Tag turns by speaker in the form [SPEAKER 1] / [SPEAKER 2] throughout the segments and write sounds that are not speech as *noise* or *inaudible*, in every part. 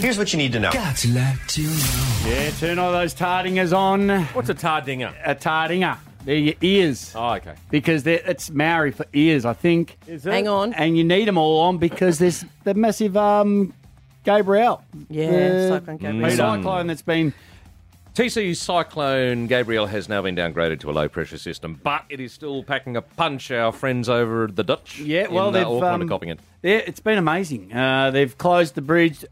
[SPEAKER 1] Here's what you need to know.
[SPEAKER 2] Got like to know.
[SPEAKER 3] Yeah, turn all those tardingers on.
[SPEAKER 4] What's a tardinger?
[SPEAKER 3] A tardinger. They're your ears.
[SPEAKER 4] Oh, okay.
[SPEAKER 3] Because they're, it's Maori for ears, I think.
[SPEAKER 4] Is
[SPEAKER 5] Hang on.
[SPEAKER 3] And you need them all on because there's the massive um, Gabriel.
[SPEAKER 5] Yeah,
[SPEAKER 3] the
[SPEAKER 5] Cyclone Gabriel.
[SPEAKER 3] Cyclone that's been.
[SPEAKER 4] TCU Cyclone Gabriel has now been downgraded to a low pressure system, but it is still packing a punch. Our friends over at the Dutch,
[SPEAKER 3] Yeah, well,
[SPEAKER 4] in,
[SPEAKER 3] they've
[SPEAKER 4] uh, Auckland
[SPEAKER 3] um,
[SPEAKER 4] are copying it.
[SPEAKER 3] Yeah, it's been amazing. Uh, they've closed the bridge,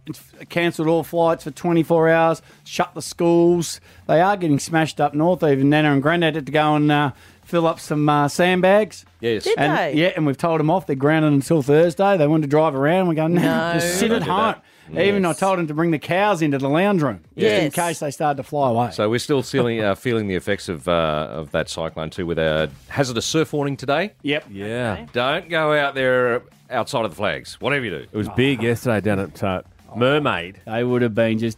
[SPEAKER 3] cancelled all flights for 24 hours, shut the schools. They are getting smashed up north. Even Nana and Grandad had to go and uh, fill up some uh, sandbags.
[SPEAKER 4] Yes,
[SPEAKER 5] Did-
[SPEAKER 3] And,
[SPEAKER 5] Hey.
[SPEAKER 3] Yeah, and we've told them off. They're grounded until Thursday. They want to drive around. We're going, no,
[SPEAKER 5] No.
[SPEAKER 3] just sit at
[SPEAKER 4] do
[SPEAKER 3] home. Even I
[SPEAKER 5] Yes.
[SPEAKER 3] told them to bring the cows into the lounge room just in
[SPEAKER 5] Yes.
[SPEAKER 3] case they started to fly away.
[SPEAKER 4] so we're still feeling, uh, feeling the effects of uh, of that cyclone too, with a hazardous surf warning today.
[SPEAKER 3] yep.
[SPEAKER 2] Yeah.
[SPEAKER 4] Don't go out there outside of the flags, whatever you do.
[SPEAKER 2] It was big yesterday down at uh, Mermaid.
[SPEAKER 3] They would have been just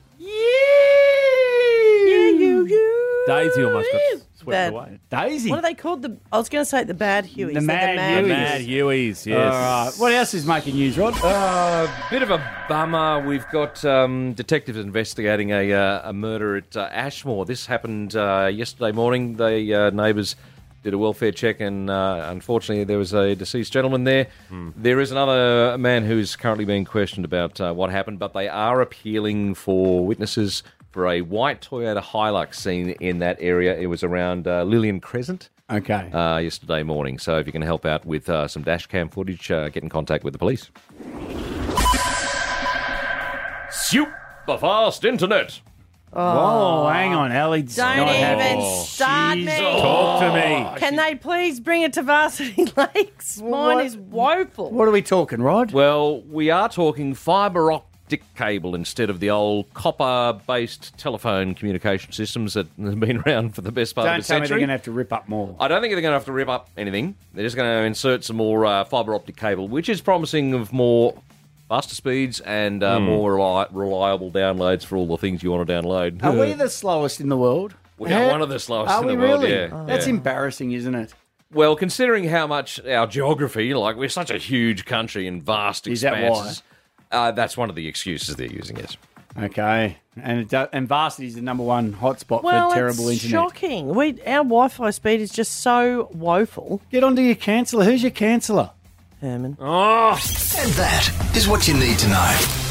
[SPEAKER 2] Daisy almost got
[SPEAKER 5] That-
[SPEAKER 2] swept away.
[SPEAKER 3] daisy.
[SPEAKER 5] What are they called? The I was going to say the bad Hueys.
[SPEAKER 3] The
[SPEAKER 5] They're
[SPEAKER 3] Mad
[SPEAKER 2] The
[SPEAKER 3] Hueys.
[SPEAKER 2] Mad Hueys, yes.
[SPEAKER 3] All right. What else is making news, Rod?
[SPEAKER 4] A bit of a bummer. We've got um, detectives investigating a, uh, a murder at uh, Ashmore. This happened uh, yesterday morning. The uh, neighbours did a welfare check, and uh, unfortunately, there was a deceased gentleman there. There is another man who's currently being questioned about uh, what happened, but they are appealing for witnesses for a white Toyota Hilux seen in that area. It was around uh, Lillian Crescent
[SPEAKER 3] okay.
[SPEAKER 4] uh, yesterday morning. So if you can help out with uh, some dash cam footage, uh, get in contact with the police. Super fast internet.
[SPEAKER 3] oh, hang on, Ellie.
[SPEAKER 5] Don't
[SPEAKER 3] not
[SPEAKER 5] even
[SPEAKER 3] happy.
[SPEAKER 5] start me.
[SPEAKER 2] Talk to me.
[SPEAKER 3] Oh.
[SPEAKER 5] Can they please bring it to Varsity *laughs* Lakes? Mine
[SPEAKER 3] what-
[SPEAKER 5] is woeful.
[SPEAKER 3] What are we talking, Rod?
[SPEAKER 4] Well, we are talking fibre optic cable instead of the old copper-based telephone communication systems that *laughs* have been around for the best part of
[SPEAKER 3] Don't
[SPEAKER 4] a
[SPEAKER 3] tell me they're
[SPEAKER 4] century.
[SPEAKER 3] going to have to rip up more.
[SPEAKER 4] I don't think they're going to have to rip up anything. They're just going to insert some more uh, fibre optic cable, which is promising of more faster speeds and
[SPEAKER 3] Hmm.
[SPEAKER 4] uh, more reli- reliable downloads for all the things you want to download. *laughs*
[SPEAKER 3] Are we the slowest in the world?
[SPEAKER 4] We are one of the slowest
[SPEAKER 3] Eh? Are
[SPEAKER 4] in
[SPEAKER 3] we
[SPEAKER 4] the world,
[SPEAKER 3] really?
[SPEAKER 4] yeah.
[SPEAKER 3] That's
[SPEAKER 4] Yeah.
[SPEAKER 3] embarrassing, isn't it?
[SPEAKER 4] Well, considering how much our geography, like we're such a huge country and vast
[SPEAKER 3] Is that why?
[SPEAKER 4] expanses, uh, that's one of the excuses they're using. Yes,
[SPEAKER 3] Okay, and it do- and varsity's the number one hotspot
[SPEAKER 5] well,
[SPEAKER 3] for terrible
[SPEAKER 5] it's
[SPEAKER 3] internet.
[SPEAKER 5] shocking. We our Wi-Fi speed is just so woeful.
[SPEAKER 3] Get onto your canceller. Who's your canceller?
[SPEAKER 5] Herman,
[SPEAKER 2] Oh,
[SPEAKER 6] And that is what you need to know.